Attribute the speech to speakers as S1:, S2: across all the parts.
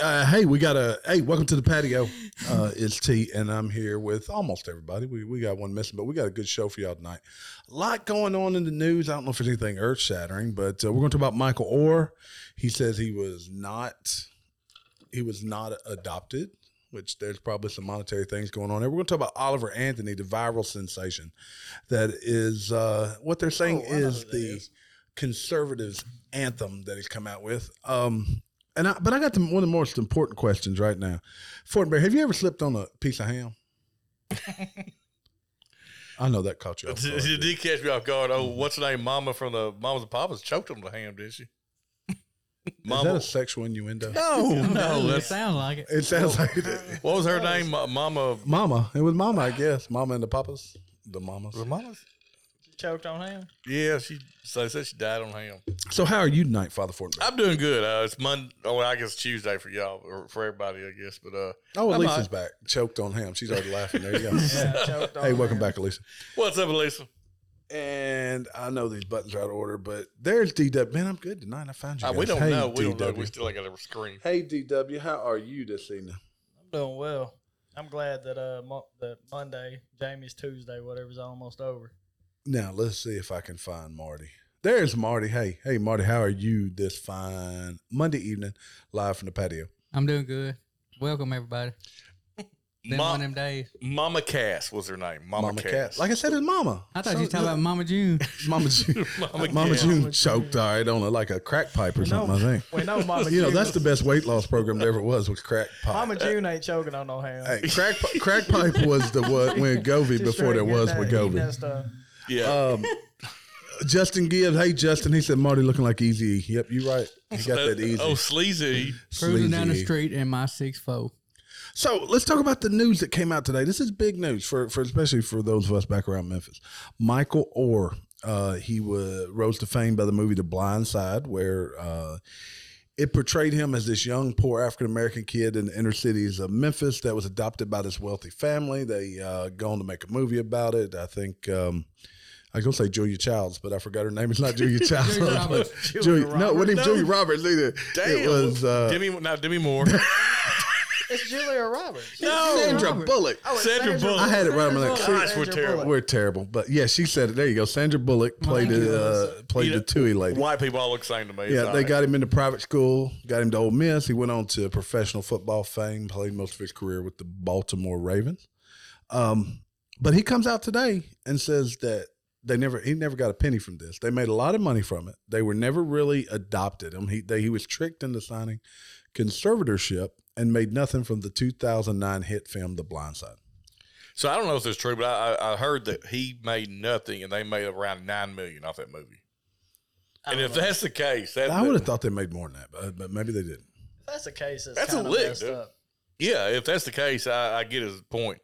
S1: Uh, hey, we got a hey. Welcome to the patio. Uh, it's T, and I'm here with almost everybody. We we got one missing, but we got a good show for y'all tonight. A lot going on in the news. I don't know if there's anything earth shattering, but uh, we're going to talk about Michael Orr. He says he was not he was not adopted, which there's probably some monetary things going on there. We're going to talk about Oliver Anthony, the viral sensation that is uh, what they're saying
S2: Oh, I know
S1: is
S2: who that
S1: the
S2: is.
S1: conservatives anthem that he's come out with. Um, and I, but I got the, one of the most important questions right now. Fortenberry, have you ever slipped on a piece of ham? I know that caught you. Off guard,
S2: Did
S1: dude.
S2: he catch me off guard? Oh, what's her name? Mama from the Mamas and Papas choked him to ham, didn't she?
S1: Is that
S2: Mama,
S1: a sexual innuendo?
S2: no, no.
S3: it
S2: That's,
S3: sounds like it.
S1: It sounds like it.
S2: what was her name? Ma- Mama,
S1: Mama. It was Mama, I guess. Mama and the Papas. The Mamas.
S2: Mamas.
S3: Choked on him.
S2: Yeah, she. So they said she died on ham.
S1: So how are you tonight, Father Fortenberry?
S2: I'm doing good. Uh, it's Monday. Oh, I guess Tuesday for y'all or for everybody, I guess. But uh,
S1: Oh,
S2: I'm
S1: Elisa's
S2: alright.
S1: back. Choked on ham. She's already laughing. There you go.
S3: Yeah, choked on
S1: hey, welcome
S3: him.
S1: back, Elisa.
S2: what's up, Elisa?
S1: And I know these buttons are out of order, but there's DW. Man, I'm good tonight. I found you.
S2: Uh, we
S1: guys.
S2: don't
S1: Hey,
S2: know. We don't know.
S1: DW.
S2: We still ain't got a screen.
S1: Hey, DW, how are you this evening?
S3: I'm doing well. I'm glad that uh mo- that Monday, Jamie's Tuesday, whatever's almost over.
S1: Now, let's see if I can find Marty. There's Marty. Hey, hey, Marty, how are you this fine Monday evening, live from the patio?
S4: I'm doing good. Welcome everybody. Been
S2: Ma-
S4: one of them days.
S2: Mama Cass was her name. Mama, Cass.
S1: Like I said, it's Mama.
S4: I thought
S1: So-
S4: you were talking about Mama June.
S1: Mama June.
S2: Mama
S1: Mama
S2: Cass.
S1: June choked, all right, on a, like a crack pipe or something, I think.
S3: We know Mama
S1: You know,
S3: June-
S1: that's the best weight loss program there ever was, was crack pipe.
S3: Mama June ain't choking on no ham.
S1: Hey, crack, pi- crack pipe was the what when Govey
S3: Just
S1: before there
S3: straight
S1: was with
S3: getting that- uh, eating
S1: Govey.
S3: that stuff.
S2: Yeah.
S1: Um, Justin Gibbs, hey Justin, he said Marty looking like Easy. Yep, you right. He got that easy.
S2: Oh, sleazy.
S4: Cruising down the
S1: Sleazy.
S4: street in my six four.
S1: So let's talk about the news that came out today. This is big news for, for especially for those of us back around Memphis. Michael Orr, uh, he was rose to fame by the movie The Blind Side, where uh, it portrayed him as this young, poor African American kid in the inner cities of Memphis that was adopted by this wealthy family. They uh, gone to make a movie about it. I think. Um, I was gonna say Julia Childs, but I forgot her name. It's not Julia Childs.
S4: Julia Roberts.
S1: Julia- no, it wasn't even
S2: No.
S1: Julia Roberts either.
S2: Damn.
S1: It was uh,
S2: Demi. Now Demi Moore.
S3: It's Julia Roberts.
S1: Sandra
S4: Roberts.
S1: Bullock.
S3: Oh, it's
S2: Sandra Bullock.
S1: I had it right on my neck.
S3: Sandra
S2: Gosh, we're
S3: Bullock.
S2: terrible.
S1: We're terrible, but yeah, she said it. There you go. Sandra Bullock played
S4: Thank you,
S1: the uh, played
S2: You
S1: the
S2: know,
S1: Tui lady.
S2: White people all look same to me. It's
S1: Yeah,
S2: all
S1: they
S2: right.
S1: got him into private school, got him to Ole Miss. He went on to professional football fame, played most of his career with the Baltimore Ravens. Um, but he comes out today and says that they never he never got a penny from this. They made a lot of money from it. They were never really adopted him. He they, he was tricked into signing conservatorship and made nothing from the 2009 hit film The Blind Side.
S2: So I don't know if this is true, but I, I, I heard that he made nothing, and they made around nine million off that movie. And if that's the case, that,
S1: I would have thought they made more than that, but, but maybe they didn't.
S3: If that's the case, it's
S2: That's a
S3: kind of
S2: lick,
S3: messed
S2: dude.
S3: up.
S2: yeah, if that's the case, I, I get his point.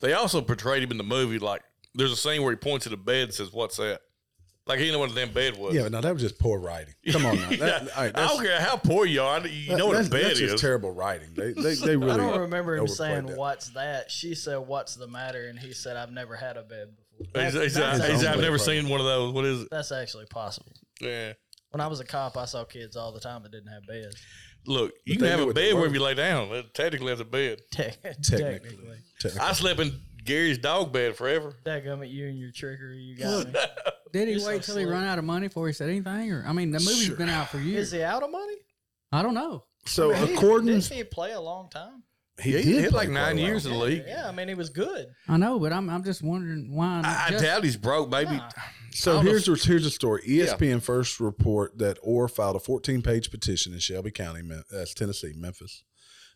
S2: They also portrayed him in the movie like there's a scene where he points to the bed and says, "What's that?" Like he didn't know what the damn bed was.
S1: Yeah, but no, that was just poor writing. Come on, now. That, all right,
S2: I
S1: that's-
S2: don't care how poor you are. You know what
S1: that's,
S2: a bed
S1: that's just
S2: is.
S1: terrible writing. They they, they really.
S3: I don't remember him
S1: overplayed
S3: saying
S1: that.
S3: what's that. She said what's the matter, and he said I've never had a bed before.
S2: He said- he said,
S3: that's,
S2: "I- he said, I've
S1: only
S2: never
S1: problem.
S2: seen one of those. What is it?
S3: that's actually possible.
S2: Yeah.
S3: When I was a cop, I saw kids all the time that didn't have beds.
S2: Look, you
S1: they
S2: can have
S1: knew
S2: a
S1: what they
S2: bed
S1: were.
S2: wherever you lay down. That technically that's a bed.
S3: Te-
S1: Technically.
S3: Technically.
S1: Technically.
S2: I slept in Gary's dog bed forever.
S3: Dadgummit, you and your trickery, you got me.
S4: Did he
S3: You're so
S4: wait till he
S3: slick.
S4: run out of money before he said anything? Or I mean, the movie's
S1: Sure.
S4: been out for
S3: Is
S4: years.
S3: he out of money?
S4: I don't know.
S1: So
S3: I mean, he-
S1: according
S3: Didn't he play a long time?
S1: he,
S2: Yeah,
S1: did
S2: he hit
S1: play
S2: like
S1: quite
S2: nine
S1: a while.
S2: years in the league.
S3: Yeah, I mean, he was good.
S4: I know, but I'm I'm just wondering why.
S2: I, I
S4: just-
S2: doubt he's broke. Maybe
S3: Nah.
S1: So
S2: Out of-
S1: here's the- here's the story. E ESPN first report that Orr filed a 14 page petition in Shelby County, Mem- that's Tennessee, Memphis,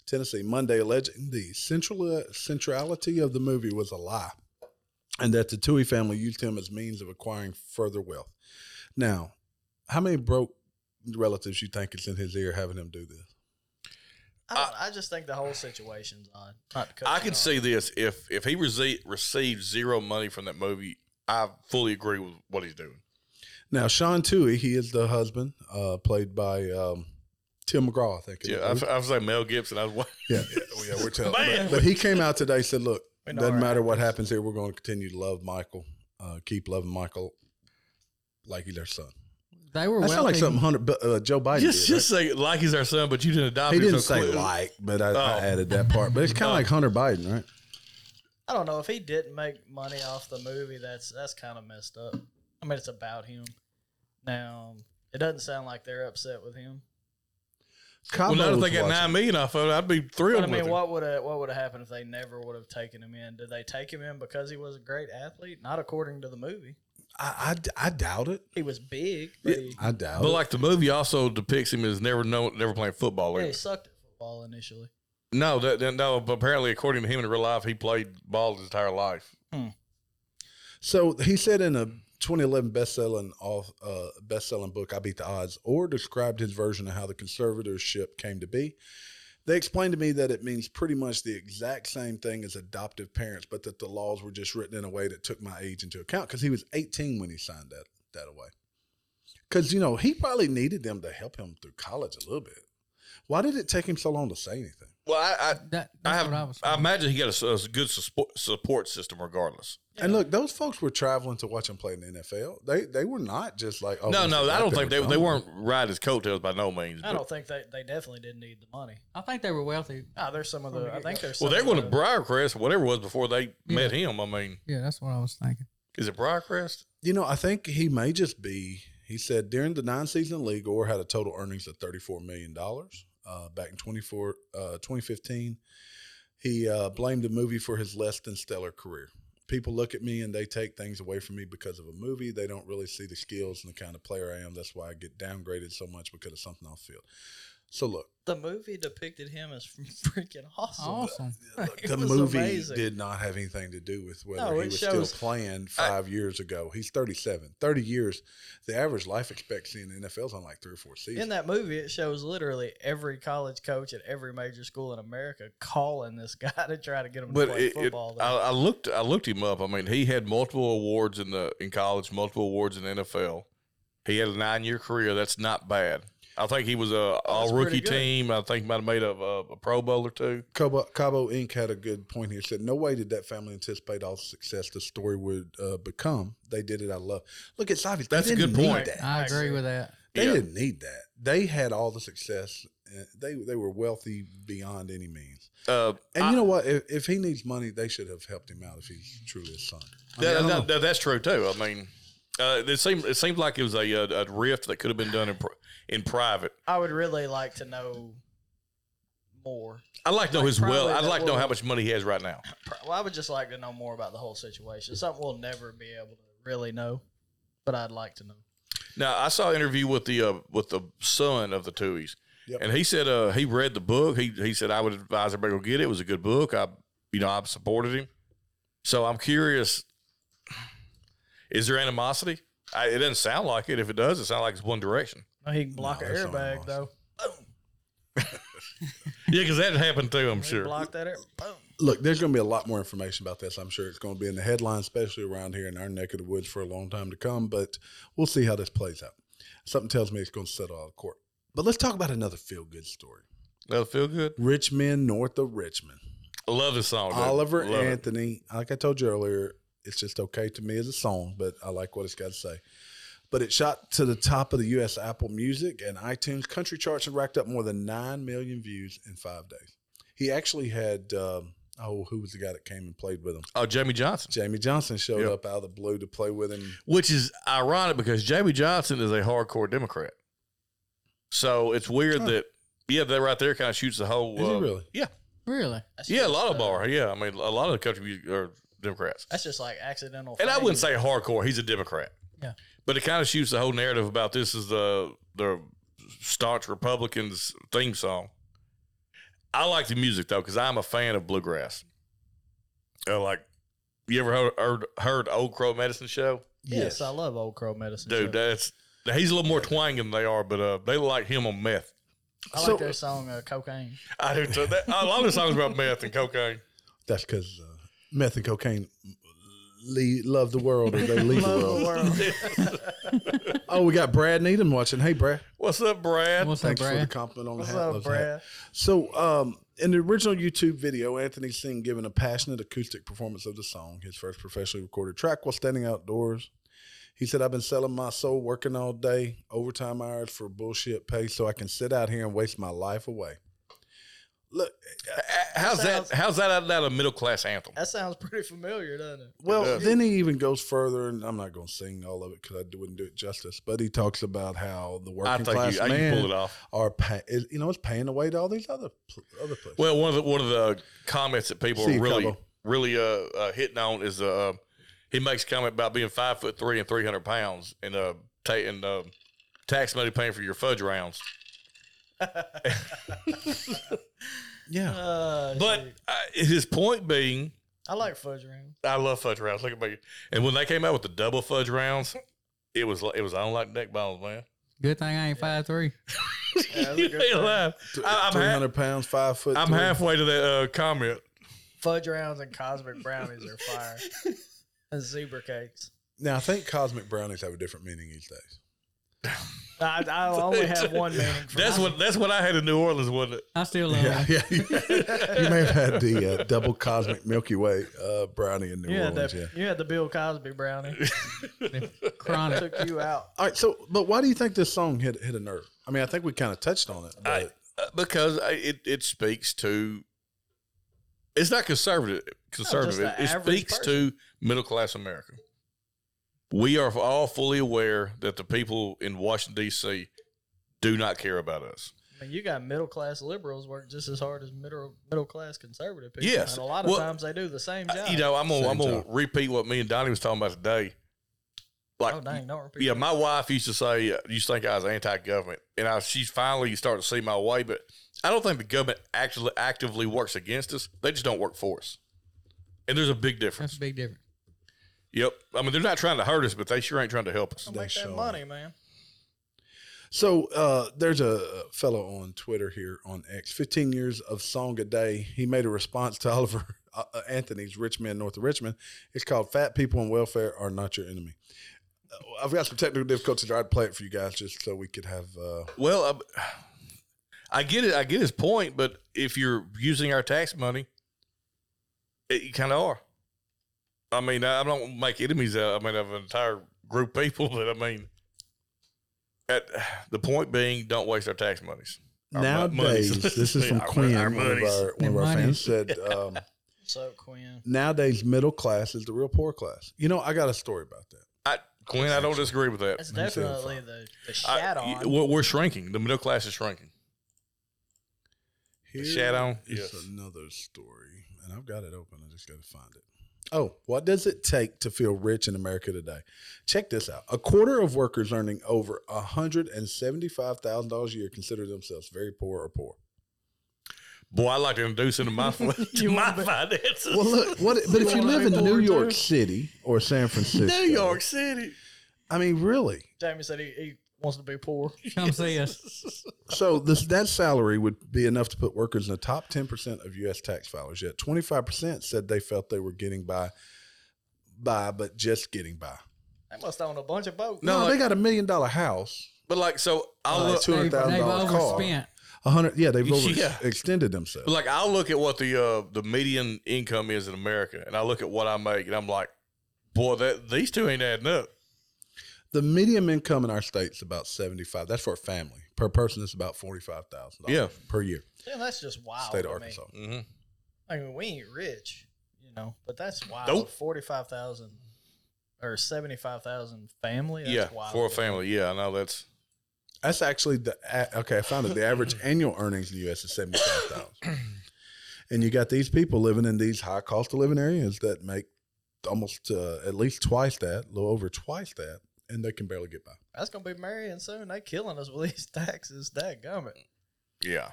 S1: Tennessee, Monday, alleging the central uh, centrality of the movie was a lie, and that the Tui family used him as means of acquiring further wealth. Now, how many broke relatives you think it's in his ear having him do this?
S3: I, don't, I, just think the whole situation's odd. Not to cut
S2: I
S3: you
S2: can
S3: off.
S2: see this. If if he rece- received zero money from that movie, I fully agree with what he's doing.
S1: Now, Sean Tui, he is the husband, uh, played by um, Tim McGraw, I think. it
S2: Yeah, I,
S1: is.
S2: was- I was like Mel Gibson. I was like,
S1: yeah, yeah, oh, yeah, we're telling.
S2: Man.
S1: But, but he came out today said, "Look,
S3: We know
S1: doesn't
S3: our
S1: matter what
S3: actors.
S1: happens here, we're going to continue to love Michael, uh, keep loving Michael like he's our son."
S4: They were
S1: That sounds like
S4: wealthy.
S1: something hundred uh, Joe Biden.
S2: Just,
S1: did, right?
S2: just say like he's our son, but you didn't adopt.
S1: He
S2: him,
S1: didn't
S2: so
S1: say
S2: clear-
S1: like, but I, I
S2: Oh.
S1: added that part. But it's kind of like Hunter Biden, right?
S3: I don't know if he didn't make money off the movie. That's that's kind of messed up. I mean, it's about him. Now um, it doesn't sound like they're upset with him.
S1: Cabo
S2: Well, now that
S1: was
S2: they got
S1: watching.
S2: nine million off of it, I'd be thrilled.
S3: But I
S2: with
S3: mean,
S2: it.
S3: what would have what would have happened if they never would have taken him in? Did they take him in because he was a great athlete? Not according to the movie.
S1: I, I, I doubt it.
S3: He was big, but he,
S1: I doubt
S2: But
S1: it.
S2: like the movie also depicts him as never know, never playing football.
S3: yeah,
S2: either.
S3: he sucked at football initially.
S2: No, that, that- no. But apparently, according to him, in real life, he played ball his entire life.
S1: So he said in a 2011 best-selling off uh, best-selling book, "I Beat the Odds," or described his version of how the conservatorship came to be. They explained to me that it means pretty much the exact same thing as adoptive parents, but that the laws were just written in a way that took my age into account because he was 18 when he signed that that away. Because you know he probably needed them to help him through college a little bit. Why did it take him so long to say anything?
S2: Well, I, I,
S4: That,
S2: I
S4: that's
S2: have,
S4: what I
S2: I,
S4: was.
S2: imagine he got a su- a, good suspo- support system, regardless.
S1: And look, those folks were traveling to watch him play in the NFL. They they were not just like oh
S2: no,
S1: this
S2: no,
S1: is
S2: I
S1: what
S2: don't think they,
S1: were
S2: they
S1: doing.
S2: weren't riding his coattails by no means.
S3: I
S2: but-
S3: don't think they, they definitely didn't need the money.
S4: I think they were wealthy.
S3: Ah, there's some of the. I think there's.
S2: well,
S3: some
S2: they're
S3: of
S2: going to
S3: the-
S2: Briarcrest, whatever it was before they met him. I mean,
S4: Yeah, that's what I was thinking.
S2: is it Briarcrest?
S1: You know, I think he may just be. He said during the nine-season league, Orr had a total earnings of thirty-four million dollars uh, back in 24, uh, 2015. He uh, blamed the movie for his less than stellar career. People look at me and they take things away from me because of a movie. They don't really see the skills and the kind of player I am. That's why I get downgraded so much because of something off field. So look,
S3: The movie depicted him as freaking awesome.
S4: Awesome.
S1: Look,
S3: It
S1: the
S3: was
S1: movie
S3: amazing.
S1: did not have anything to do with whether
S3: No,
S1: he
S3: it
S1: was
S3: shows-
S1: still playing five years ago. He's 37. 30 years. The average life expectancy in the NFL is on like three or four seasons.
S3: In that movie, it shows literally every college coach at every major school in America calling this guy to try to get him to
S2: But
S3: play
S2: it, it,
S3: football.
S2: I, I looked, I looked him up. I mean, he had multiple awards in the in college, multiple awards in the NFL. He had a nine year career. That's not bad. I think he was a all
S3: pretty
S2: rookie
S3: good.
S2: team. I think he might have made a, a, a Pro Bowl or two.
S1: Cabo, Cabo Inc. had a good point here. Said, no way did that family anticipate all the success the story would uh, become. They did it. I love. Look, it's obvious. they
S2: That's a
S1: didn't
S2: good
S1: need
S2: point.
S1: that.
S3: I
S4: I agree
S3: agree.
S4: with that.
S1: They
S2: Yeah.
S1: didn't need that. They had all the success. uh, They they were wealthy beyond any means.
S2: Uh,
S1: And
S2: I-
S1: you know what? If, if he needs money, they should have helped him out if he's truly his son.
S4: I mean, I
S2: That,
S4: don't
S2: that- that- that's true too. I mean, uh, it seemed it seemed like it was a, uh, a rift that could have been done in pri- in private.
S3: I would really like to know more.
S2: I'd like to know
S3: Like,
S2: his well.
S3: probably
S2: I'd
S3: that
S2: like to know
S3: will-
S2: how much money he has right now.
S3: Pro- Well, I would just like to know more about the whole situation. Something we'll never be able to really know, but I'd like to know.
S2: Now I saw an interview with the uh, with the son of the Tuies,
S1: Yep.
S2: and he said uh, he read the book. He he said I would advise everybody to go get it. It was a good book. I you know I supported him. So I'm curious, is there animosity? I, it doesn't sound like it. If it does, it sounds like it's one direction.
S3: No, He can block
S1: No,
S3: an
S1: that's something
S3: airbag
S1: else.
S3: though.
S2: Yeah, because that happened too. I'm
S3: He
S2: sure.
S3: blocked that air. Boom.
S1: look, there's going to be a lot more information about this. I'm sure it's going to be in the headlines, especially around here in our neck of the woods for a long time to come. But we'll see how this plays out. Something tells me it's going to settle out of court. But let's talk about another feel good story.
S2: Does it feel good?
S1: Rich men north of Richmond.
S2: I love this song. dude.
S1: Oliver
S2: Love it.
S1: Anthony, like I told you earlier, it's just okay to me as a song, but I like what it's got to say. But it shot to the top of the U.S. Apple Music and iTunes country charts and racked up more than 9 million views in five days. He actually had, um, oh, who was the guy that came and played with him?
S2: Oh, Jamie Johnson.
S1: Jamie Johnson showed
S2: Yep.
S1: up out of the blue to play with him.
S2: Which is ironic because Jamie Johnson is a hardcore Democrat. So it's weird
S1: Huh.
S2: that, yeah, that right there kind of shoots the whole.
S1: Is he
S2: uh,
S1: really?
S2: Yeah.
S4: Really?
S3: That's
S2: Yeah, a lot
S3: just,
S2: of
S3: uh,
S2: them are. Yeah. I mean, a lot of the country music are Democrats.
S3: That's just like accidental.
S2: And I
S3: fame.
S2: wouldn't say hardcore. He's a Democrat.
S4: Yeah.
S2: But it kind of shoots the whole narrative about this is the, the staunch Republicans theme song. I like the music, though, because I'm a fan of bluegrass. Uh, like, you ever heard, heard, heard Old Crow Medicine Show?
S3: Yes, I love Old Crow Medicine.
S2: dude.
S3: Show.
S2: That's he's a little more twanging than they are, but uh, they like him on meth.
S3: I
S1: So-
S3: like their song uh, "Cocaine."
S2: I do too. That, a lot of the songs about meth and cocaine.
S1: That's because uh, meth and cocaine le- love the world or they leave the
S3: Love the
S1: world.
S3: world.
S1: Oh, we got Brad Needham watching. Hey, Brad.
S2: What's up, Brad?
S4: What's up,
S1: Thanks for the
S4: Brad?
S1: compliment on
S3: What's
S1: the hat.
S3: up,
S1: Loves the hat.
S3: Brad?
S1: So, um, in the original YouTube video, Anthony Singh giving a passionate acoustic performance of the song, his first professionally recorded track, while standing outdoors. He said, I've been selling my soul, working all day, overtime hours for bullshit pay, so I can sit out here and waste my life away. Look,
S2: How's
S3: Sounds-
S2: that? How's that? Not a middle class anthem.
S3: That sounds pretty familiar, doesn't it?
S1: well,
S2: does.
S1: then he even goes further, and I'm not going to sing all of it because I wouldn't do it justice. But he talks about how the
S2: I
S1: working
S2: think
S1: class
S2: you, I can
S1: man
S2: pull it off.
S1: are pay, is, you know, it's paying the way to all these other pl- other places.
S2: Well, one of the one of the comments that people
S1: See
S2: are
S1: you,
S2: really
S1: Cabo.
S2: really uh, uh, hitting on is uh, he makes a comment about being five foot three and three hundred pounds and uh taking uh, tax money paying for your fudge rounds.
S1: yeah,
S3: Uh,
S2: But
S3: shoot.
S2: uh, his point being,
S3: I like fudge rounds.
S2: I love fudge rounds. Look at me. And when they came out with the double fudge rounds, it was li- it was on like neck bones, man.
S4: Good thing I ain't five three.
S3: Yeah, that's a good thing.
S2: I, am
S1: three hundred pounds, five foot.
S2: I'm
S1: three.
S2: halfway to that uh, comment.
S3: Fudge rounds and cosmic brownies are fire. and zebra cakes.
S1: Now I think cosmic brownies have a different meaning these days.
S3: I, I only have one meaning. For
S2: That's
S3: that.
S2: what that's what I had in New Orleans, wasn't it?
S4: I still love
S2: um,
S1: Yeah,
S4: it.
S1: yeah. you may have had the uh, double cosmic Milky Way uh, brownie in New
S3: You had,
S1: Orleans.
S3: the,
S1: yeah.
S3: you had the Bill Cosby brownie.
S4: Chronic.
S3: Took you out.
S1: All right. So, but why do you think this song hit hit a nerve? I mean, I think we kind of touched on it. But
S2: I- Uh, because I, it it speaks to. It's not conservative. Conservative.
S3: the
S2: it
S3: average
S2: speaks to middle class America. We are all fully aware that the people in Washington D.C. do not care about us.
S3: I mean, you got middle class liberals work just as hard as middle middle class conservative people.
S2: Yes.
S3: and a lot of
S2: Well,
S3: times they do the same
S2: Uh,
S3: job.
S2: You know, I'm gonna
S1: Same
S2: I'm gonna
S1: job.
S2: repeat what me and Donnie was talking about today. Like,
S3: oh dang, don't repeat.
S2: yeah,
S3: that.
S2: my wife used to say, uh, "You think I was anti-government," and I, she's finally starting to see my way. But I don't think the government actually actively works against us; they just don't work for us. And there's a big difference.
S4: That's a big difference.
S2: Yep. I mean, they're not trying to hurt us, but they sure ain't trying to help us.
S3: Don't
S1: They
S3: make
S1: show
S3: that
S1: 'em.
S3: money, man.
S1: So uh, there's a fellow on Twitter here on X, 15 years of song a day. He made a response to Oliver uh, uh, Anthony's Rich Men North of Richmond. It's called "Fat People and Welfare Are Not Your Enemy." Uh, I've got some technical difficulties. I'd play it for you guys just so we could have. Uh,
S2: Well, I, I get it. I get his point, but if you're using our tax money, it, you kind of are. I mean, I, I don't make enemies out. I mean, of an entire group of people, but I mean, at the point being, don't waste our tax monies. Our mon- monies.
S1: nowadays, this is from
S2: Our-
S1: Quinn,
S2: our
S1: one of
S2: monies.
S1: our, one of
S4: Their
S1: our fans
S4: monies.
S1: said. Um,
S3: So Quinn,
S1: nowadays, middle class is the real poor class. You know, I got a story about that.
S2: I, Quinn, I don't disagree with that.
S3: that's
S1: Let me see if
S3: definitely
S1: I-
S3: the the
S2: I-
S3: shat on.
S2: we're, we're shrinking. The middle class is shrinking.
S1: Here
S2: Shadow?
S1: is
S2: Yes.
S1: another story, and I've got it open. I just got to find it. Oh, what does it take to feel rich in America today? Check this out. A quarter of workers earning over $175,000 a year consider themselves very poor or poor.
S2: Boy, I like to introduce into my, to my finances.
S1: Well, look, what, but if you live in New
S3: poor,
S1: York
S3: too?
S1: City or San Francisco,
S2: New York City.
S1: I mean, really.
S3: Jamie said he, he wants to be poor.
S4: Come see us.
S1: So this that salary would be enough to put workers in the top ten percent of U.S. tax filers. Yet twenty five percent said they felt they were getting by, by but just getting by.
S3: They must own a bunch of boats.
S1: No,
S2: No, like-
S1: they got a million dollar house,
S2: But like, so I'll
S1: Uh,
S2: look.
S1: two hundred
S4: They've,
S1: thousand
S4: they've
S1: dollar car,
S4: overspent.
S1: a hundred. Yeah, they've
S2: Yeah.
S1: overextended
S2: But
S1: themselves.
S2: like, I'll look at what the uh, the median income is in America, and I look at what I make, and I'm like, boy, that these two ain't adding up.
S1: The median income in our state's about seventy five. That's for a family per person. It's about forty five thousand
S2: Yeah.
S1: dollars per year.
S3: Damn, that's just wild.
S1: state
S3: to
S1: of
S3: me.
S1: Arkansas.
S2: Mm-hmm.
S3: I mean, we ain't rich, you know, but that's wild.
S2: Nope.
S3: Forty-five thousand or seventy-five thousand family. That's
S2: Yeah,
S3: wild
S2: for a
S3: to me.
S2: family. Yeah, I know that's
S1: That's actually the a- okay. I found it. The average annual earnings in the U.S. is seventy five thousand, and you got these people living in these high cost of living areas that make almost uh, at least twice that, a little over twice that, and they can barely get by.
S3: That's gonna be marrying soon. They killing us with these taxes. That gummit.
S2: yeah.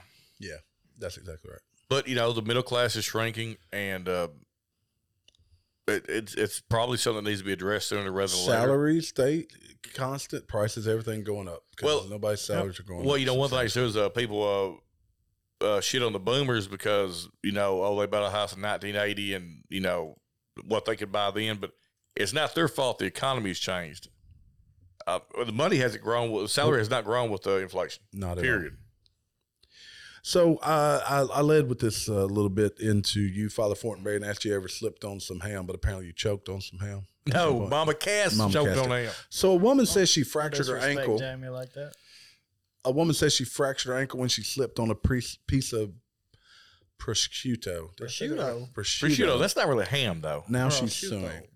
S1: That's exactly right.
S2: But you know, the middle class is shrinking, and uh, it, it's it's probably something that needs to be addressed sooner rather than later.
S1: Salaries, state constant prices, everything going up. 'cause
S2: Well-
S1: nobody's salaries are going.
S2: Well,
S1: up
S2: you know, one thing I
S1: substantially.
S2: said is uh, people uh, uh, shit on the boomers because you know, oh, they bought a house in 1980, and you know what they could buy then, but it's not their fault. The economy's changed. Uh, the money hasn't grown. with- The salary has not grown with the inflation.
S1: Not at all.
S2: Period.
S1: So uh, I, I led with this uh, a little bit into you, Father Fortenberry, and asked you ever slipped on some ham, but apparently you choked on some ham. some
S2: No,
S1: point.
S2: Mama Cass
S1: Mama
S2: choked
S1: Cass
S2: on him.
S1: So a woman says she fractured her
S3: Disrespect
S1: ankle.
S3: Jamie like that.
S1: A woman says she fractured her ankle when she slipped on a pre- piece of prosciutto. Did I say that right?
S3: Prosciutto.
S2: Prosciutto, that's not really ham though.
S1: now
S3: Prosciutto.
S1: she's suing.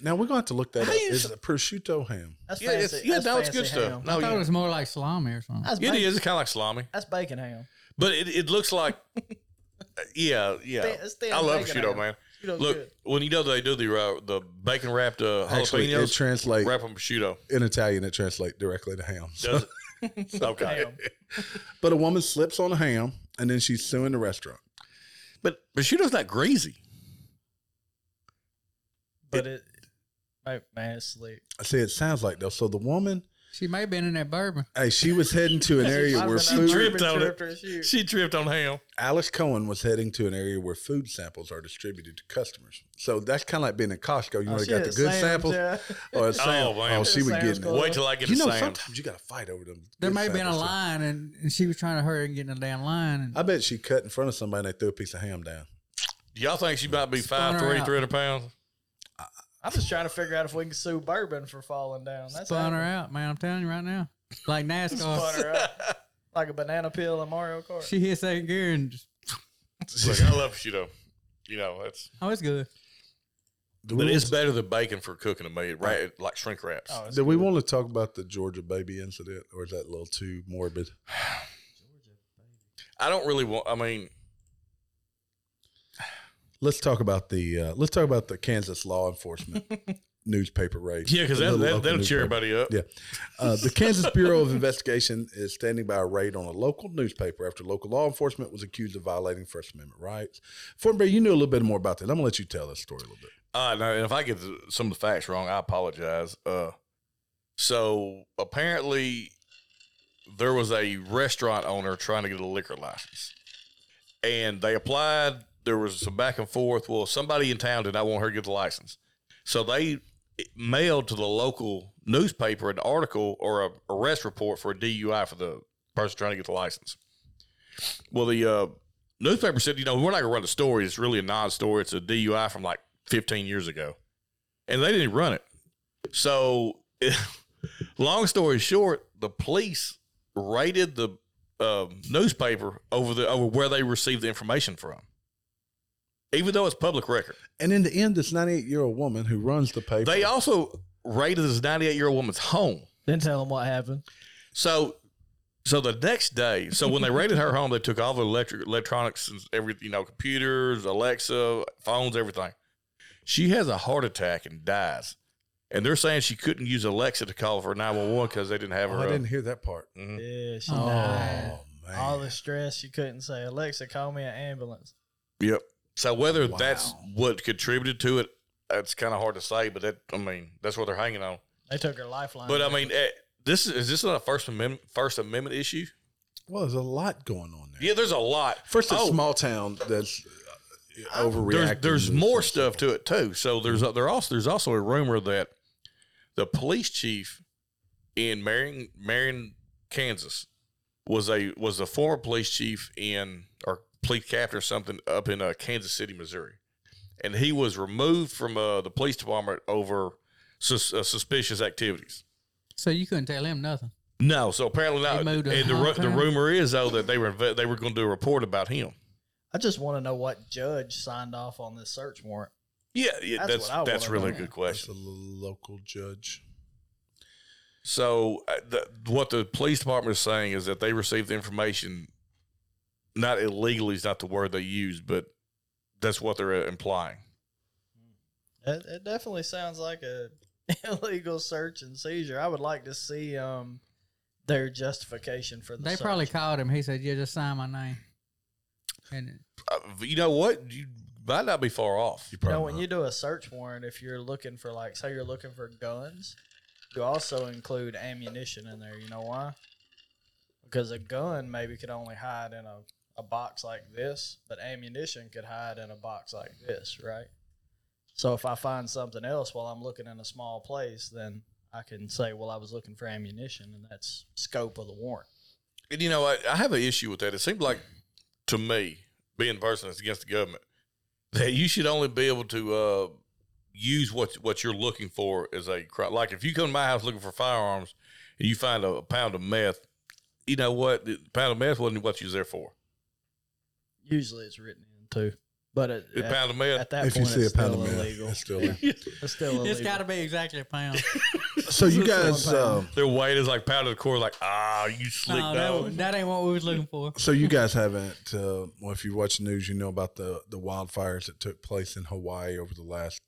S1: Now we're gonna have to look that
S2: How
S1: up.
S2: you
S1: Is
S2: s-
S1: it prosciutto ham?
S3: That's
S2: Yeah, it's-
S3: fancy.
S2: yeah,
S3: that's
S2: no, it's
S3: fancy
S2: good stuff.
S3: ham.
S2: No,
S4: I thought
S2: yeah.
S4: it was more like salami or something.
S3: That's
S2: It
S3: bacon.
S2: is. It's kind of like salami,
S3: That's bacon ham.
S2: but it, it looks like, yeah, yeah.
S3: Thin- it's thin
S2: I love
S3: bacon
S2: prosciutto,
S3: ham.
S2: man.
S3: Prosciutto's
S2: Look,
S3: good.
S2: when you know they do the uh, the bacon wrapped uh,
S1: Actually, it
S2: jalapenos,
S1: translates
S2: wrap them prosciutto.
S1: in Italian. It translates directly to ham.
S2: Does it? okay,
S3: Ham.
S1: But a woman slips on a ham, and then she's suing the restaurant.
S2: but prosciutto's not greasy.
S3: but it, right, man, it's sleep.
S1: I say it sounds like though. So the woman,
S4: She may have been in that bourbon.
S1: hey, she was heading to an area where
S2: She
S1: food.
S2: tripped on it.
S3: it.
S2: She tripped on ham.
S1: Alice Cohen was heading to an area where food samples are distributed to customers. So that's kind of like being in Costco.
S3: Oh,
S1: You know, they got the good samples. Or a sample.
S2: man.
S1: Oh, she was
S3: Sam's
S1: getting
S3: Club.
S1: it.
S2: Wait till I get
S1: You
S2: to
S1: know,
S2: Sam's.
S1: sometimes you got to fight over them.
S4: There
S1: good
S4: may have been a
S1: samples, too.
S4: line, and, and she was trying to hurry and get in the damn line. And
S1: I bet she cut in front of somebody and they threw a piece of ham down.
S2: Do y'all think she might be
S4: Spun
S2: five
S4: her
S2: three,
S4: out.
S2: three hundred pounds?
S3: I'm just trying to figure out if we can sue Bourbon for falling down. That's
S4: spun her
S3: happened.
S4: out, man. I'm telling you right now. Like
S3: Spun
S4: NASCAR.
S3: her out. Like a banana peel in Mario Kart.
S4: She hit second gear and just,
S2: Look, I love prosciutto. You know, that's
S4: oh, it's good.
S1: Do
S2: but
S1: we,
S2: it's better than bacon for cooking to me, right? Like shrink wraps.
S3: oh, it's
S1: do we want to talk about the Georgia baby incident or is that a little too morbid?
S2: I don't really want. I mean,
S1: Let's talk about the uh, let's talk about the Kansas law enforcement newspaper raid.
S2: yeah, because
S1: The
S2: that,
S1: little
S2: that,
S1: local
S2: that'll cheer
S1: newspaper.
S2: everybody up.
S1: Yeah. Uh, the Kansas Bureau of Investigation is standing by a raid on a local newspaper after local law enforcement was accused of violating First Amendment rights. Fortenberry, you knew a little bit more about that. I'm going to let you tell this story a little bit.
S2: Uh, no, and if I get the- some of the facts wrong, I apologize. Uh, so apparently, there was a restaurant owner trying to get a liquor license, and they applied. There was some back and forth. Well, somebody in town did not want her to get the license, so they mailed to the local newspaper an article or a arrest report for a DUI for the person trying to get the license. Well, the uh, newspaper said, you know, we're not gonna run the story. It's really a non-story. It's a DUI from like 15 years ago, and they didn't run it. So, long story short, the police raided the um, newspaper over the over where they received the information from, even though it's public record.
S1: And in the end, this 98 year old woman who runs the paper.
S2: They also raided this 98 year old woman's home.
S3: Then tell them what happened.
S2: So, so the next day, so when they raided her home, they took all the electric electronics and everything, you know, computers, Alexa, phones, everything. She has a heart attack and dies, and they're saying she couldn't use Alexa to call for nine one one because they didn't have
S1: Oh,
S2: her.
S1: I
S2: up.
S1: didn't hear that part.
S2: Mhm.
S3: Yeah, she
S4: Oh,
S3: died.
S1: Oh, man.
S3: All the stress she couldn't say. Alexa, call me an ambulance.
S2: Yep. So whether that's
S1: Wow.
S2: what contributed to it, that's kind of hard to say. But that, I mean, that's what they're hanging on.
S3: They took her lifeline.
S2: But I mean, eh, this is, is this not a First Amendment First Amendment issue?
S1: Well, there's a lot going on there.
S2: Yeah, there's a lot.
S1: First, a
S2: Oh,
S1: small town that's uh,
S2: there's,
S1: overreacting.
S2: there's
S1: to
S2: more
S1: this.
S2: stuff to it too. So there's a, there also there's also a rumor that the police chief in Marion, Marion, Kansas, was a was a former police chief in or police captain or something up in uh, Kansas City, Missouri, and he was removed from uh, the police department over sus- uh, suspicious activities.
S4: So you couldn't tell him nothing.
S2: No, so apparently not.
S4: moved to
S2: And the, ru- the
S4: Hometown?
S2: rumor is though that they were inve- they were going to do a report about him.
S3: I just want to know what judge signed off on this search warrant.
S2: Yeah, yeah that's
S3: That's what I
S2: that's,
S3: wanna
S2: really a
S3: know.
S2: good
S1: That's
S2: question.
S1: a local judge.
S2: So, uh, the, what the police department is saying is that they received the information, not illegally is not the word they use, but that's what they're uh, implying.
S3: It, it definitely sounds like a illegal search and seizure. I would like to see um their justification for the.
S4: They
S3: search.
S4: probably called him. He said, "Yeah, just sign my name." And
S2: Uh, you know what? You might not be far off.
S1: You
S3: You know,
S1: probably
S3: when you do a search warrant, if you're looking for like, say, you're looking for guns, you also include ammunition in there. You know why? Because a gun maybe could only hide in a, a box like this, but ammunition could hide in a box like this, right? So if I find something else while I'm looking in a small place, then I can say, well, I was looking for ammunition, and that's scope of the warrant.
S2: And you know, I, I have an issue with that. It seems like, to me, being a person that's against the government, that you should only be able to uh, use what what you're looking for as a crime. Like if you come to my house looking for firearms and you find a pound of meth, you know what? The pound of meth wasn't what you was there for.
S3: Usually it's written in too, but it,
S2: The
S3: at,
S2: pound of meth.
S3: at that
S1: if you
S3: point
S1: see a
S3: it's
S1: pound
S3: still
S1: of meth,
S3: illegal.
S1: it's still illegal.
S3: It's still illegal.
S4: It's got to be exactly a pound.
S1: So you guys,
S3: One
S1: uh,
S3: pound.
S2: Their weight is like powder to the core. Like ah, you slick
S4: no,
S2: dog.
S4: Oh, that, that ain't what we was looking for.
S1: so you guys haven't. Uh, well, if you watch the news, you know about the the wildfires that took place in Hawaii over the last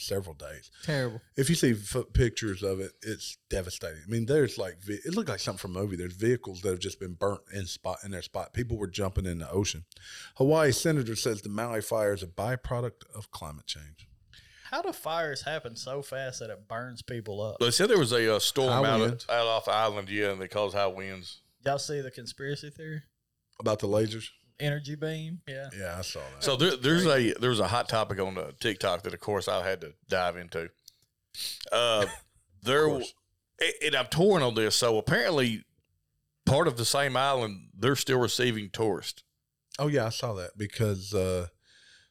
S1: several days.
S4: Terrible.
S1: If you see f- pictures of it, it's devastating. I mean, there's like ve- it looked like something from a movie. There's vehicles that have just been burnt in spot in their spot. People were jumping in the ocean. Hawaii senator says the Maui fire is a byproduct of climate change.
S3: How do fires happen so fast that it burns people up?
S2: They said there was a uh, storm
S1: High
S2: out,
S1: winds.
S2: out off the island, yeah, and they caused high winds.
S3: Y'all see the conspiracy theory?
S1: About the lasers?
S3: Energy beam? Yeah.
S1: Yeah, I saw that.
S2: So there, there's a there was a hot topic on uh, TikTok that, of course, I had to dive into. Uh, there,
S1: Of course.
S2: a- and I'm torn on this. So apparently, part of the same island, they're still receiving tourists.
S1: Oh yeah, I saw that because uh,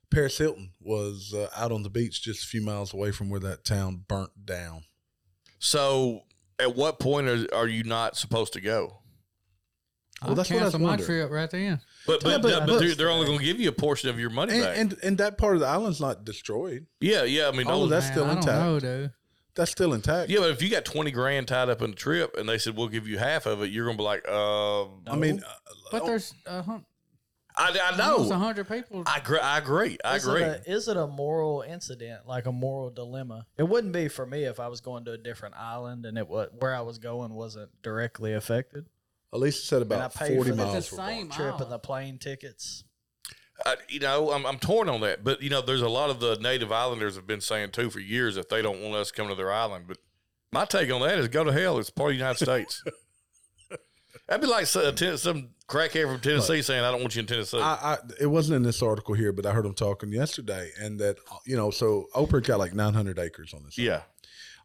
S1: Paris Hilton was uh, out on the beach just a few miles away from where that town burnt down.
S2: So at what point are, are you not supposed to go?
S1: Well,
S4: I'll
S1: that's what I was
S4: cancel my
S1: wondering.
S4: trip right then.
S2: But but,
S1: Yeah, but-
S2: but, they're,
S1: but-
S2: they're only going to give you a portion of your money
S1: And,
S2: back.
S1: and and that part of the island's not destroyed.
S2: yeah, yeah. I mean,
S1: All
S2: those-
S1: of That's
S4: Man,
S1: still
S4: I don't
S1: intact.
S4: know, dude.
S1: That's still intact.
S2: yeah. But if you got twenty grand tied up in a trip, and they said we'll give you half of it, you're going to be like, um,
S1: I mean, uh,
S4: But there's a hun-
S2: I, I
S4: almost a
S2: know.
S4: hundred people.
S2: I agree. I agree. I
S3: is
S2: agree.
S3: It a, is it a moral incident, like a moral dilemma? It wouldn't be for me if I was going to a different island and it was where I was going wasn't directly affected.
S1: Elisa said about
S3: I paid
S1: forty
S3: for the-
S1: miles.
S4: It's the
S1: were gone.
S4: same.
S3: Trip
S4: Wow.
S3: and the plane tickets.
S2: I, you know, I'm, I'm torn on that. But you know, there's a lot of the native islanders have been saying too for years that they don't want us coming to their island. But my take on that is go to hell. It's part of the United States. That'd be like some, some crackhead from Tennessee saying, "I don't want you in Tennessee."
S1: I, I it wasn't in this article here, but I heard them talking yesterday, and that uh, you know, so Oprah got like nine hundred acres on this.
S2: yeah,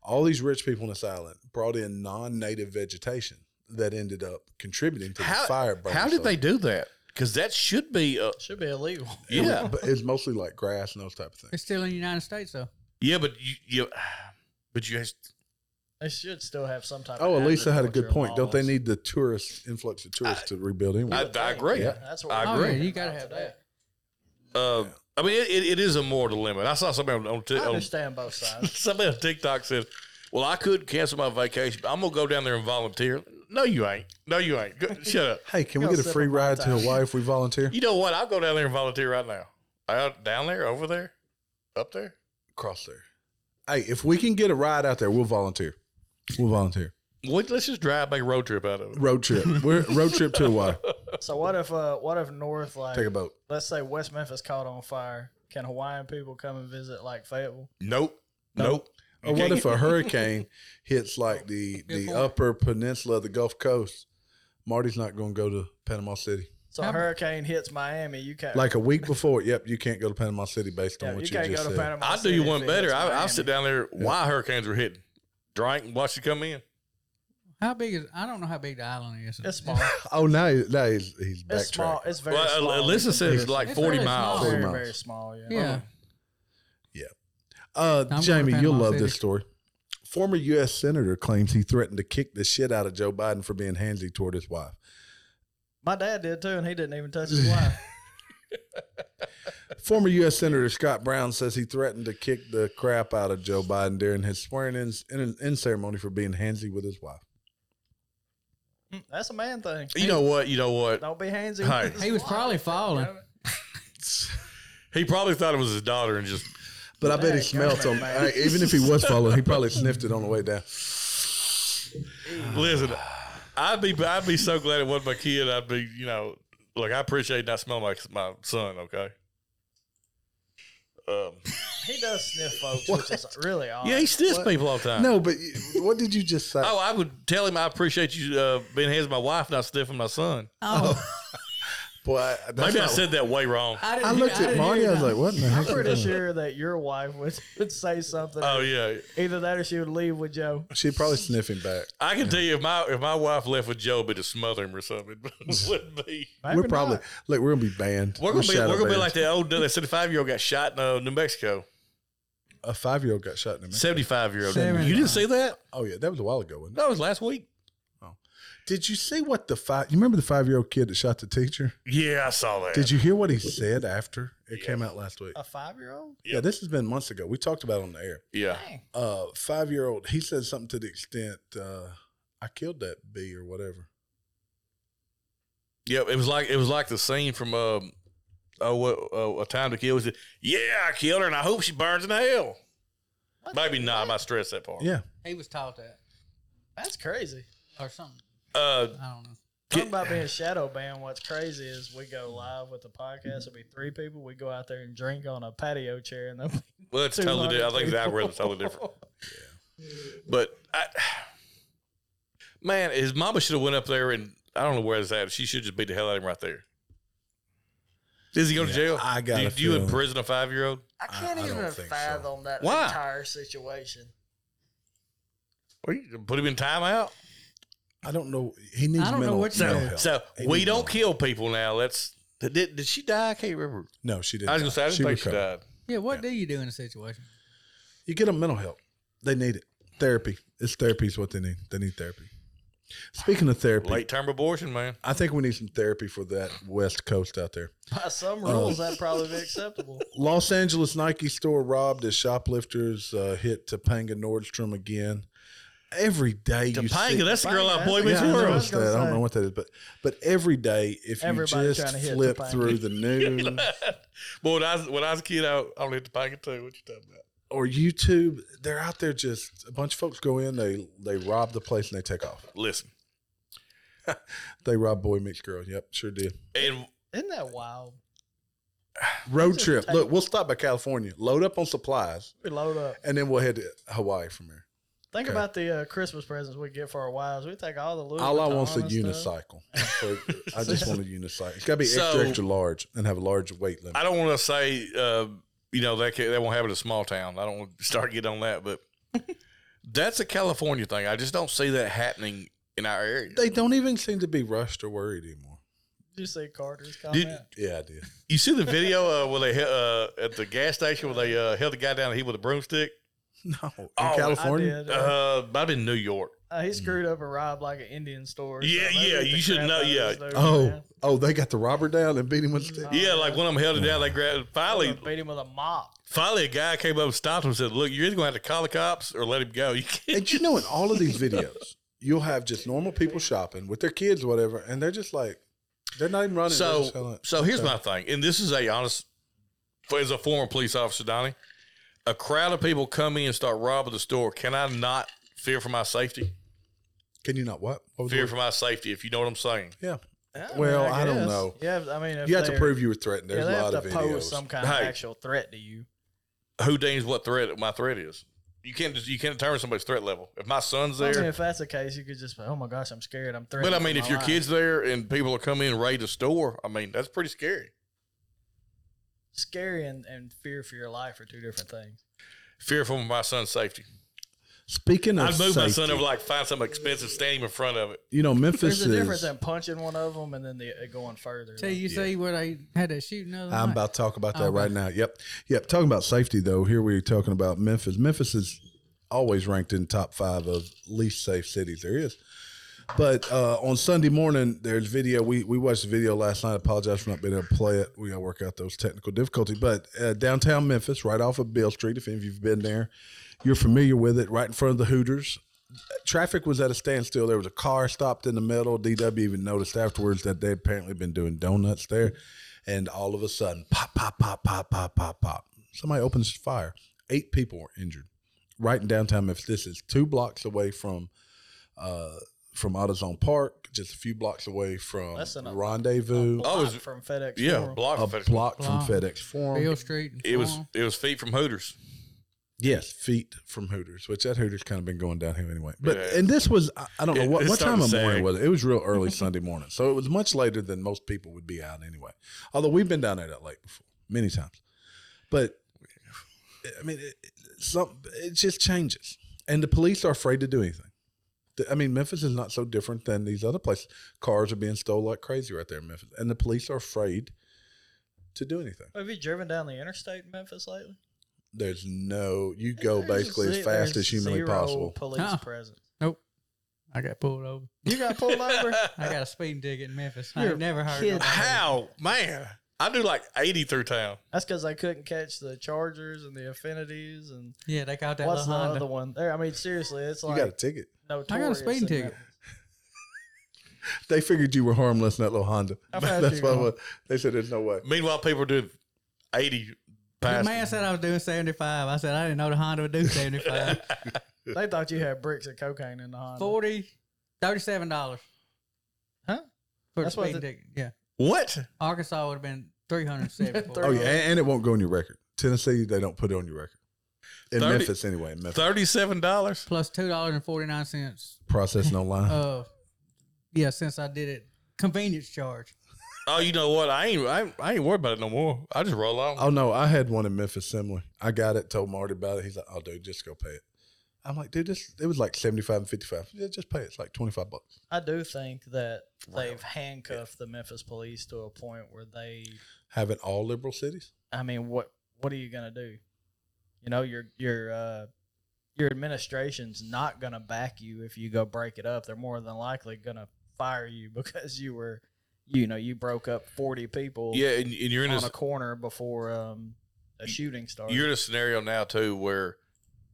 S1: all these rich people on this island brought in non-native vegetation that ended up contributing to
S2: How-
S1: the fire. burn.
S2: how
S1: So-
S2: did they do that? Because that should be a
S3: Should be illegal.
S2: yeah,
S1: But it's mostly like grass and those type of things.
S4: It's still in the United States, though.
S2: yeah. But you, you but you has-
S3: They should still have some type.
S1: Oh,
S3: of
S1: Elisa had a good
S3: agricultural
S1: point. Don't they
S3: laws.
S1: need the tourist influx of tourists to rebuild anyway?
S2: I, I agree.
S1: Yeah.
S3: That's what
S2: I
S3: we're
S2: agree.
S3: talking
S4: Oh, You
S3: about
S4: gotta have
S3: today.
S4: that.
S2: Uh, I mean, it, it, it is a moral dilemma. And I saw somebody on, on,
S3: I
S2: on
S3: understand both sides.
S2: Somebody on TikTok said, "Well, I could cancel my vacation, but I'm gonna go down there and volunteer." No, you ain't. No, you ain't. Go, shut up.
S1: hey, can
S3: You
S1: we
S3: know,
S1: get a
S3: sip
S1: free
S3: of my
S1: ride to
S3: time.
S1: Hawaii if we volunteer?
S2: You know what? I'll go down there and volunteer right now. Out down there, over there, up there.
S1: Cross there. Hey, if we can get a ride out there, we'll volunteer. We'll volunteer.
S2: What, let's just drive, make a road trip out of it.
S1: Road trip. We're road trip to Hawaii.
S3: so what if uh, what if North like
S1: Take a boat.
S3: let's say West Memphis caught on fire? Can Hawaiian people come and visit like Fayetteville?
S2: Nope. Nope.
S1: Nope. Or what if a hurricane hits like the
S4: Good
S1: the
S4: point.
S1: upper peninsula of the Gulf Coast? Marty's not going to go to Panama City.
S3: So a
S4: How-
S3: hurricane hits Miami, you can't
S1: Like a week before, yep, you can't go to Panama City based on
S3: yeah,
S1: what
S3: you
S1: you,
S3: can't
S1: just
S3: go to
S1: said.
S3: Panama.
S2: I'll do
S3: City
S2: you
S3: if
S2: one
S3: it
S2: better.
S3: hits
S2: I, I'll
S3: Miami.
S2: sit down there while hurricanes are hitting, drink and watch it come in.
S4: How big is? I don't know how big the island is.
S3: It's small.
S1: Oh, now, now he's, he's
S3: It's small.
S1: backtracking.
S3: It's very
S2: Well,
S3: small.
S2: uh, Alyssa says it's like
S4: It's
S2: forty
S4: really
S2: miles.
S4: small.
S3: very,
S1: 40
S3: very
S1: miles.
S3: small. Yeah.
S4: yeah.
S1: Uh,
S4: going to
S1: Jamie, you'll
S4: Panama
S1: love
S4: City.
S1: this story. Former U.S. senator claims he threatened to kick the shit out of Joe Biden for being handsy toward his wife.
S3: My dad did too, and he didn't even touch his wife.
S1: Former U.S. Senator Scott Brown says he threatened to kick the crap out of Joe Biden during his swearing-in in, in ceremony for being handsy with his wife.
S3: Mm, That's a man thing.
S2: You know what? You know what?
S3: Don't be handsy. with
S2: Hey.
S3: his
S4: He was
S3: wife.
S4: probably falling.
S2: He probably thought it was his daughter and just
S1: But I bet he
S3: Dang,
S1: smelled
S3: government
S1: some.
S3: man.
S1: I- even if he was following, he probably sniffed it on the way down.
S2: Listen, I'd be I'd be so glad it wasn't my kid. I'd be you know, look, I appreciate not smelling like my son. Okay. Um,
S3: He does sniff folks, which is really odd.
S2: yeah, he stiffs people all the time.
S1: No, but you- what did you just say?
S2: Oh, I would tell him I appreciate you uh, being hands my wife, not stiffing my son.
S4: Oh,
S1: Boy, I- that's
S2: Maybe I
S1: not-
S2: said that way wrong.
S4: I, didn't
S1: I
S4: hear-
S1: looked at
S4: didn't
S1: Marty.
S4: hear
S1: I was
S4: that.
S1: like, "What in the heck?"
S3: I'm
S1: is
S3: pretty
S1: that?
S3: sure that your wife would, would say something.
S2: Oh yeah,
S3: Either that or she would leave with Joe.
S1: She'd probably sniff him back.
S2: I can tell you if my if my wife left with Joe, it'd be to smother him or something. It wouldn't be.
S3: Maybe
S1: we're probably
S3: not.
S1: like we're gonna be banned.
S2: We're gonna be
S1: shadow
S2: we're gonna be
S1: banned.
S2: like that old that seventy five year old got shot in uh, New Mexico.
S1: a five year old got shot in the Mexico.
S2: 75 year old.
S4: Seventy-five.
S2: You didn't see that?
S1: Oh yeah, that was a while ago. Wasn't it?
S2: That was last week.
S1: Did you see what the five? You remember the five year old kid that shot the teacher?
S2: Yeah, I saw that.
S1: Did you hear what he said after it
S2: Yeah.
S1: came out last week?
S2: Uh,
S3: A five year old?
S1: Yeah, this has been months ago. We talked about it on the air.
S2: Yeah.
S3: Dang.
S1: Uh, five year old. He said something to the extent, uh, "I killed that bee or whatever."
S2: Yep. It was like it was like the scene from um oh what uh, a time to kill. He said, yeah, I killed her and I hope she burns in hell.
S3: What
S2: Maybe
S3: the
S2: not. I
S3: heck?
S2: might stress that part.
S1: Yeah,
S4: He was taught that
S3: That's crazy.
S4: or something.
S2: Uh,
S4: I don't know.
S3: Talking about being shadow banned, what's crazy is we go live with the podcast. It'll be three people. We go out there and drink on a patio chair, and they'll be
S2: well, it's totally
S3: 200
S2: different. I think the
S3: people.
S2: algorithm's totally different. But I, man, his mama should have went up there and I don't know where it's at. She should just beat the hell out of him right there. Does he go to
S1: Yeah,
S2: jail?
S1: I got
S2: Do,
S1: a
S2: do you
S1: feeling.
S2: imprison a five year old?
S3: I can't
S1: I
S3: even
S1: don't think so.
S3: fathom that
S2: Why?
S3: entire situation.
S2: Put him in timeout.
S1: I don't know. He needs.
S4: I don't know
S1: mental,
S4: what you-
S1: mental
S4: No.
S1: help.
S2: So
S1: He
S2: we
S1: needs
S2: don't
S1: mental-
S2: kill people now. Let's. Did, did she die? I can't remember.
S1: No, she didn't.
S2: I was gonna say I didn't
S1: She
S2: think she
S1: recovered.
S2: died.
S4: Yeah, what do you do in a situation?
S1: You get them mental help. They need it. Therapy. It's therapy is what they need. They need therapy. Speaking of therapy,
S2: Late term abortion, man.
S1: I think we need some therapy for that West Coast out there.
S3: By some rules, that'd probably be acceptable.
S1: Los Angeles Nike store robbed as shoplifters uh, hit Topanga Nordstrom again. Every day you see,
S2: Topanga, that's the girl I
S3: Topanga,
S2: boy
S3: that's
S1: yeah, I,
S2: meets
S1: know
S3: what I
S2: world.
S3: was
S1: it's that. I don't
S3: say.
S1: know what that is, but but every day if
S3: Everybody
S1: you
S3: trying to
S1: just
S3: hit
S1: flip
S3: Topanga.
S1: through the news
S2: Boy, when I was when I was a kid, I, I lived Topanga too. What you talking about?
S1: or YouTube, they're out there just a bunch of folks go in, they they rob the place and they take off.
S2: Listen,
S1: They rob boy meets girl. Yep, sure did.
S2: and
S3: Isn't that wild?
S1: Road
S3: Just
S1: trip.
S3: take-
S1: Look, we'll stop by California, load up on supplies,
S3: We load up.
S1: and then we'll head to Hawaii from here.
S3: Think
S1: Okay.
S3: about the uh, Christmas presents we get for our wives. We take all the Louis
S1: All I
S3: Vuitton
S1: want's a
S3: and stuff.
S1: unicycle. So, I just want a unicycle. It's got to be
S2: So-
S1: extra, extra large and have a large weight limit.
S2: I don't want to say, uh, you know, that ca- that won't happen in a small town. I don't want to start getting on that, but that's a California thing. I just don't see that happening in our area.
S1: they don't even seem to be rushed or worried anymore.
S3: Did you see Carter's comment?
S1: Yeah, I did.
S2: You see the video uh, where they he- uh, at the gas station where they uh, held the guy down and he with a broomstick.
S1: No, in
S2: I
S1: California.
S3: I did. Uh,
S2: Uh, might have been New York.
S3: uh, he screwed up and robbed like an Indian store. or
S2: Mm. Yeah,
S3: something. They
S2: yeah,
S3: beat the
S2: you should
S3: crap
S2: know,
S3: out of
S2: yeah.
S3: this dude,
S1: Oh,
S3: man.
S1: oh, they got the robber down and beat him with a stick.
S2: Oh, Yeah, like one of them held it down. They grabbed. Finally,
S3: Beat him with a mop.
S2: finally, a guy came up and stopped him and said, "Look, you're either gonna have to call the cops or let him go." You can't.
S1: And you know, in all of these videos, you'll have just normal people shopping with their kids, or whatever, and they're just like, they're not even running. they're just
S2: So,
S1: selling-
S2: so here's my thing, and this is a honest, as a former police officer, Donnie, a crowd of people come in and start robbing the store. Can I not fear for my safety?
S1: Can you not what? What was the
S2: Fear
S1: word?
S2: for my safety, if you know what I'm saying.
S1: yeah.
S3: Yeah,
S1: Well, I don't
S3: guess.
S1: know.
S3: Yeah, I mean, if
S1: You have to
S3: they're-
S1: prove you were threatened.
S3: Yeah,
S1: There's
S3: they
S1: a lot
S3: have
S1: of
S3: to pose
S1: videos.
S3: some kind
S2: Hey.
S3: of actual threat to you.
S2: Who deems what threat my threat is? You can't just you can't determine somebody's threat level. If my son's
S3: I mean,
S2: there,
S3: if that's the case, you could just, oh my gosh, I'm scared. I'm threatened.
S2: but I mean,
S3: for
S2: if
S3: my
S2: your
S3: life."
S2: kid's there and people are coming in and raid the store, I mean that's pretty scary.
S3: scary and, and fear for your life are two different things.
S2: Fear for my son's safety.
S1: Speaking of
S2: I'd move my son
S1: safety,
S2: over, like find something expensive, stand him in front of it.
S1: you know, Memphis
S3: There's a difference
S1: is.
S3: in punching one of them and then the, uh, going further.
S4: Tell you see where they had that shooting. the other
S1: I'm
S4: night?
S1: about to talk about that
S4: Oh,
S1: right
S4: okay.
S1: now. Yep. Yep. Talking about safety, though, here we're talking about Memphis. Memphis is always ranked in top five of least safe cities there is. But uh, on Sunday morning, there's video. We, we watched the video last night. I apologize for not being able to play it. We got to work out those technical difficulties. But uh, downtown Memphis, right off of Beale Street, if any of you've been there, you're familiar with it, right in front of the Hooters. Traffic was at a standstill. There was a car stopped in the middle. DW even noticed afterwards that they apparently been doing donuts there. And all of a sudden, pop, pop, pop, pop, pop, pop, pop. Somebody opens fire. Eight people were injured right in downtown Memphis. This is two blocks away from uh, from AutoZone Park, just a few blocks away from
S3: That's enough.
S1: Rendezvous,
S2: Oh,
S3: Oh,
S2: is it-
S3: from FedEx.
S2: Yeah,
S3: Forum.
S2: block.
S1: a
S2: effect.
S1: block from
S4: Wow.
S1: FedEx Forum.
S4: Beale Street. and
S2: It was
S4: Florence.
S2: it was feet from Hooters.
S1: Yes, feet from Hooters, which that Hooters kind of been going downhill anyway. But
S2: Yeah.
S1: and this was I- I don't know
S2: It-
S1: what
S2: it's
S1: what time
S2: starting
S1: of
S2: to
S1: morning
S2: sag.
S1: was it? It was real early Sunday morning, so it was much later than most people would be out anyway. Although we've been down there that late before many times, but I mean, it, it- some it just changes, and the police are afraid to do anything. The- I mean, Memphis is not so different than these other places. Cars are being stolen like crazy right there in Memphis, and the police are afraid to do anything.
S3: Have you driven down the interstate in Memphis lately?
S1: There's no you go
S3: There's
S1: basically as
S3: ze-
S1: fast
S3: there's
S1: as humanly
S3: zero
S1: possible.
S3: Police
S4: Huh.
S3: presence.
S4: I got pulled over.
S3: You got pulled over.
S4: I got a speeding ticket in Memphis.
S3: You're
S4: I've never heard
S3: kidding.
S4: of
S2: How man? I do like eighty through town.
S3: That's because they couldn't catch the Chargers and the Affinities and
S4: Yeah, they caught that
S3: what's the
S4: little
S3: other
S4: Honda.
S3: one? There, I mean, seriously, it's
S1: You
S3: like
S1: got a ticket.
S3: notorious.
S4: I got a
S3: in
S4: speeding
S3: that.
S4: ticket.
S1: They figured you were harmless in that little Honda.
S3: How fast
S1: That's
S3: you
S1: why
S3: going?
S1: what- they said. There's no way.
S2: Meanwhile, people do eighty
S4: The
S2: past.
S4: man said I was doing 75. I said I didn't know the Honda would do 75.
S3: They thought you had bricks of cocaine in the Honda.
S4: 40 $37. dollars.
S3: Huh?
S4: For
S3: That's
S4: the
S3: what
S4: speeding
S3: the-
S4: ticket. Yeah.
S2: What?
S4: Arkansas would have been 374.
S1: Oh yeah, and, and it won't go on your record. Tennessee, they don't put it on your record. In
S2: 30
S1: Memphis, anyway. In Memphis,
S2: Thirty-seven dollars.
S4: Plus $2.49
S1: processing online.
S4: uh yeah, since I did it convenience charge.
S2: Oh, you know what? I ain't. I, ain't- I ain't worried about it no more. I just roll on.
S1: Oh no, I had one in Memphis similar. I got it, told Marty about it. He's like, "Oh, dude, just go pay it." I'm like, "Dude, this it was like seventy five and fifty five. Yeah, just pay it. It's like twenty five bucks."
S3: I do think that they've handcuffed the Memphis police to a point where they.
S1: Having all liberal cities,
S3: I mean, what what are you gonna do? You know, your your uh, your administration's not gonna back you if you go break it up. They're more than likely gonna fire you because you were, you know, you broke up forty people
S2: Yeah, and, and you're in
S3: on
S2: this.
S3: a corner before um, a shooting started.
S2: You're in a scenario now too where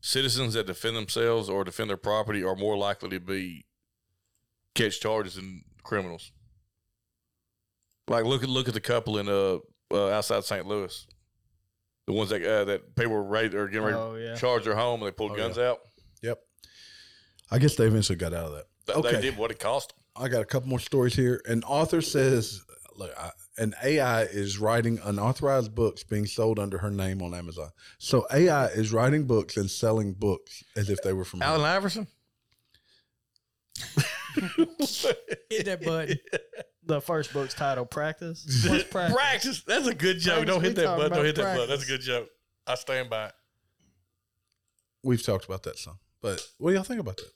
S2: citizens that defend themselves or defend their property are more likely to be catch charges than criminals. Like look at look at the couple in uh, uh outside St. Louis, the ones that uh, that people were ready or getting ready
S3: oh yeah.
S2: to charge their home and they pulled
S1: Oh,
S2: guns out.
S1: yep. I guess they eventually got out of that.
S2: They,
S1: Okay.
S2: they did what it cost them.
S1: I got a couple more stories here. An author says, "Look, I, an AI is writing unauthorized books being sold under her name on Amazon. So AI is writing books and selling books as if they were from her.
S2: Mm-hmm. Allen Iverson.
S4: Hit that button.
S3: The first book's title "Practice." What's practice?
S2: practice. That's a good joke.
S3: Practice.
S2: Don't
S3: We
S2: hit that
S3: talking
S2: button. Don't
S3: about
S2: hit that button.
S3: practice.
S2: That's a good joke. I stand by it.
S1: We've talked about that some, but what do y'all think about that?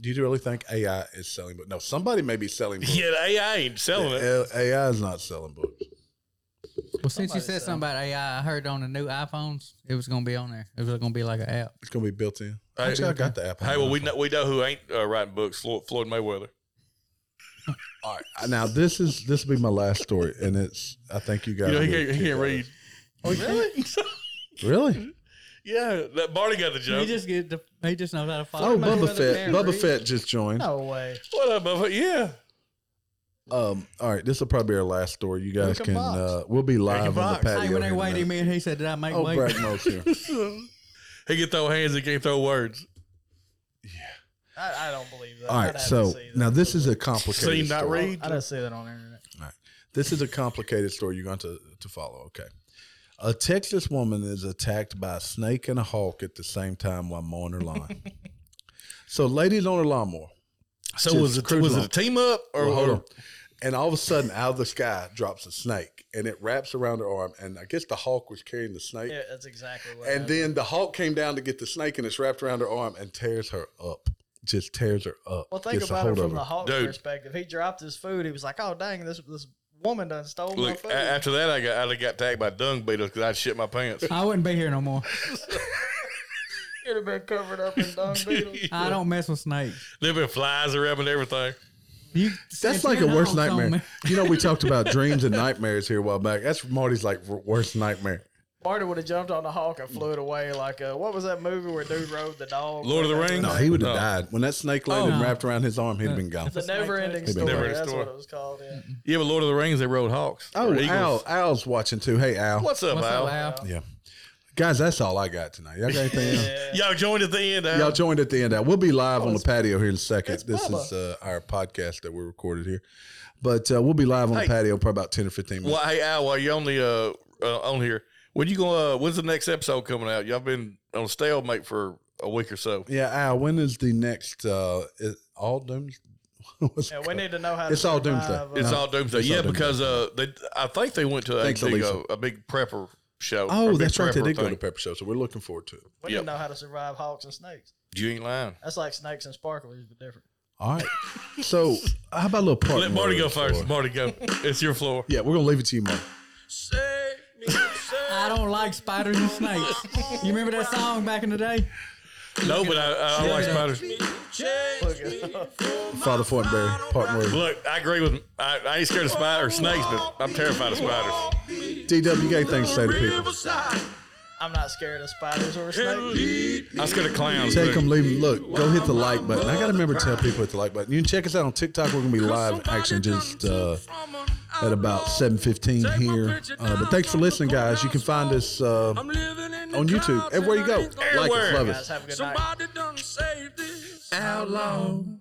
S1: Do you really think AI is selling books? No, somebody may be selling books.
S2: Yeah, the AI ain't selling it.
S1: Yeah, AI is not selling books.
S4: Well, since you
S3: Somebody
S4: said
S3: said-
S4: something about AI, I heard on the new iPhones it was gonna be on there. It was gonna be like an app.
S1: It's going to be built in.
S2: Hey,
S1: Actually, I got the app. on
S2: Hey,
S1: my
S2: well, we
S1: phone.
S2: know, we know who ain't uh, writing books. Floyd, Floyd Mayweather.
S1: All right. Now this is this will be my last story, and it's I think you guys.
S2: you know, he
S1: will
S2: can't, he
S1: kick
S2: can't
S1: out.
S2: read. really?
S1: Really?
S2: yeah, that Barney got the
S4: He
S2: joke.
S4: just get the, he just knows how to follow.
S1: Oh,
S4: my
S1: Bubba
S4: brother
S1: Fett.
S4: can't
S1: Bubba
S4: read.
S1: Fett just joined.
S3: No way.
S2: what up, Bubba? Yeah,
S1: Um. All right. This will probably be our last story. You guys
S3: can
S1: can.
S3: box.
S1: Uh, we'll be live on the
S2: box. Hey,
S1: patio.
S4: Hey, when
S1: here
S4: they
S1: in a
S4: weighed him
S1: minute.
S4: in, he said, "Did I make
S1: Oh,
S4: weight?"
S1: Brad Mo's here.
S2: he can throw hands. He can't throw words.
S3: I, I don't believe that.
S1: All
S3: I'd
S1: right.
S3: have to
S1: So
S3: see that.
S1: now this is a complicated.
S2: Seen not
S1: story.
S2: read.
S3: I don't see that on the internet.
S1: This is a complicated story you're going to, to follow. Okay. A Texas woman is attacked by a snake and a hawk at the same time while mowing her lawn. so, ladies on her lawnmower.
S2: So
S1: Just
S2: was it
S1: cruise
S2: was it
S1: along.
S2: a team up or
S1: Well, hold on. And all of a sudden, out of the sky drops a snake and it wraps around her arm. And I guess the hawk was carrying the snake.
S3: Yeah, that's exactly what.
S1: And
S3: happened.
S1: then the hawk came down to get the snake and it's wrapped around her arm and tears her up. Just tears her up.
S3: well, think
S1: It's a
S3: about it from
S1: holdover.
S3: the Hawks
S2: Dude.
S3: perspective. He dropped his food. He was like, "Oh dang, this this woman done stole my
S2: Look,
S3: food."
S2: a- after that, I got I got tagged by dung beetles because I shit my pants.
S4: I wouldn't be here no more.
S3: It'd have been covered up in dung beetles.
S4: I don't mess with snakes.
S2: there been flies around and everything.
S4: You,
S1: That's
S4: if
S1: like a
S4: you're
S1: worst
S4: not on
S1: nightmare.
S4: something-
S1: you know, we talked about dreams and nightmares here a while back. That's Marty's like w- worst nightmare.
S3: Marty would have jumped on the hawk and flew it away. Like, uh, what was that movie where dude rode the dog?
S2: Lord of the Rings?
S1: No, he would have
S2: No.
S1: died when that snake
S3: Oh,
S1: landed and
S4: no.
S1: wrapped around his arm. He'd have been gone.
S3: The never-ending
S1: Snake
S3: story.
S1: Never
S2: Ending
S3: that's
S2: Story.
S3: what it was called. Yeah.
S2: Yeah, but Lord of the Rings, they rode hawks.
S1: Oh,
S2: or eagles.
S1: Al, Al's watching too. Hey, Al,
S2: What's up,
S4: What's
S2: Al?
S4: up, Al?
S1: Yeah, guys, that's all I got tonight. Y'all got anything? else?
S3: Yeah.
S2: Y'all joined at the end. Al.
S1: Y'all joined at the end. Al. We'll be live on the patio here in a second.
S3: it's
S1: This
S3: Bubba.
S1: is uh, our podcast that we recorded here, but uh, we'll be live on
S2: Hey.
S1: the patio probably about ten or fifteen minutes.
S2: Well, hey Al, while you're on the uh, uh on here, when you going uh, when's the next episode coming out? Y'all been on stalemate for a week or so.
S1: Yeah, Al, when is the next uh, is all dooms? what's it
S3: Yeah, we
S1: called?
S3: need to know how.
S1: It's
S3: to
S1: all
S3: survive, uh,
S1: doomsday.
S2: It's
S1: No.
S2: all doomsday.
S1: It's all
S2: yeah,
S1: doomsday.
S2: because uh, they I think they went to a
S1: Thanks,
S2: big,
S1: Alicia.
S2: uh, a big prepper show. or a
S1: oh,
S2: big
S1: that's right. They
S2: prepper
S1: did go to
S2: thing.
S1: Pepper Show, so we're looking forward to it.
S3: we
S2: Yep.
S3: need to know how to survive hawks and snakes.
S2: You ain't lying.
S3: That's like snakes and sparklers, but different.
S1: All right. So how about a little part?
S2: Let Marty go first. Marty go. it's your floor.
S1: Yeah, we're gonna leave it to you, Marty.
S2: Save me, save
S4: I don't don't like spiders and snakes. You remember that song back in the day?
S2: No, but I, I don't like spiders.
S1: Father Fortenberry, part one.
S2: Look, I agree with. I, I ain't scared of spiders, snakes, but I'm terrified of spiders.
S1: DW, you got things to say to people.
S3: I'm not scared of spiders or snakes.
S2: I'm scared of clowns.
S1: Take
S2: too.
S1: them, leave them. Look, go hit the like button. I got to remember to tell people hit the like button. You can check us out on TikTok. We're going to be live action just uh, at about 7.15 here. Uh, but thanks for listening, guys. You can find us uh, on YouTube. Everywhere you go. Like us,
S2: Everywhere.
S1: love us.
S3: Guys, have a good night.
S5: Somebody done saved this. Outlaw.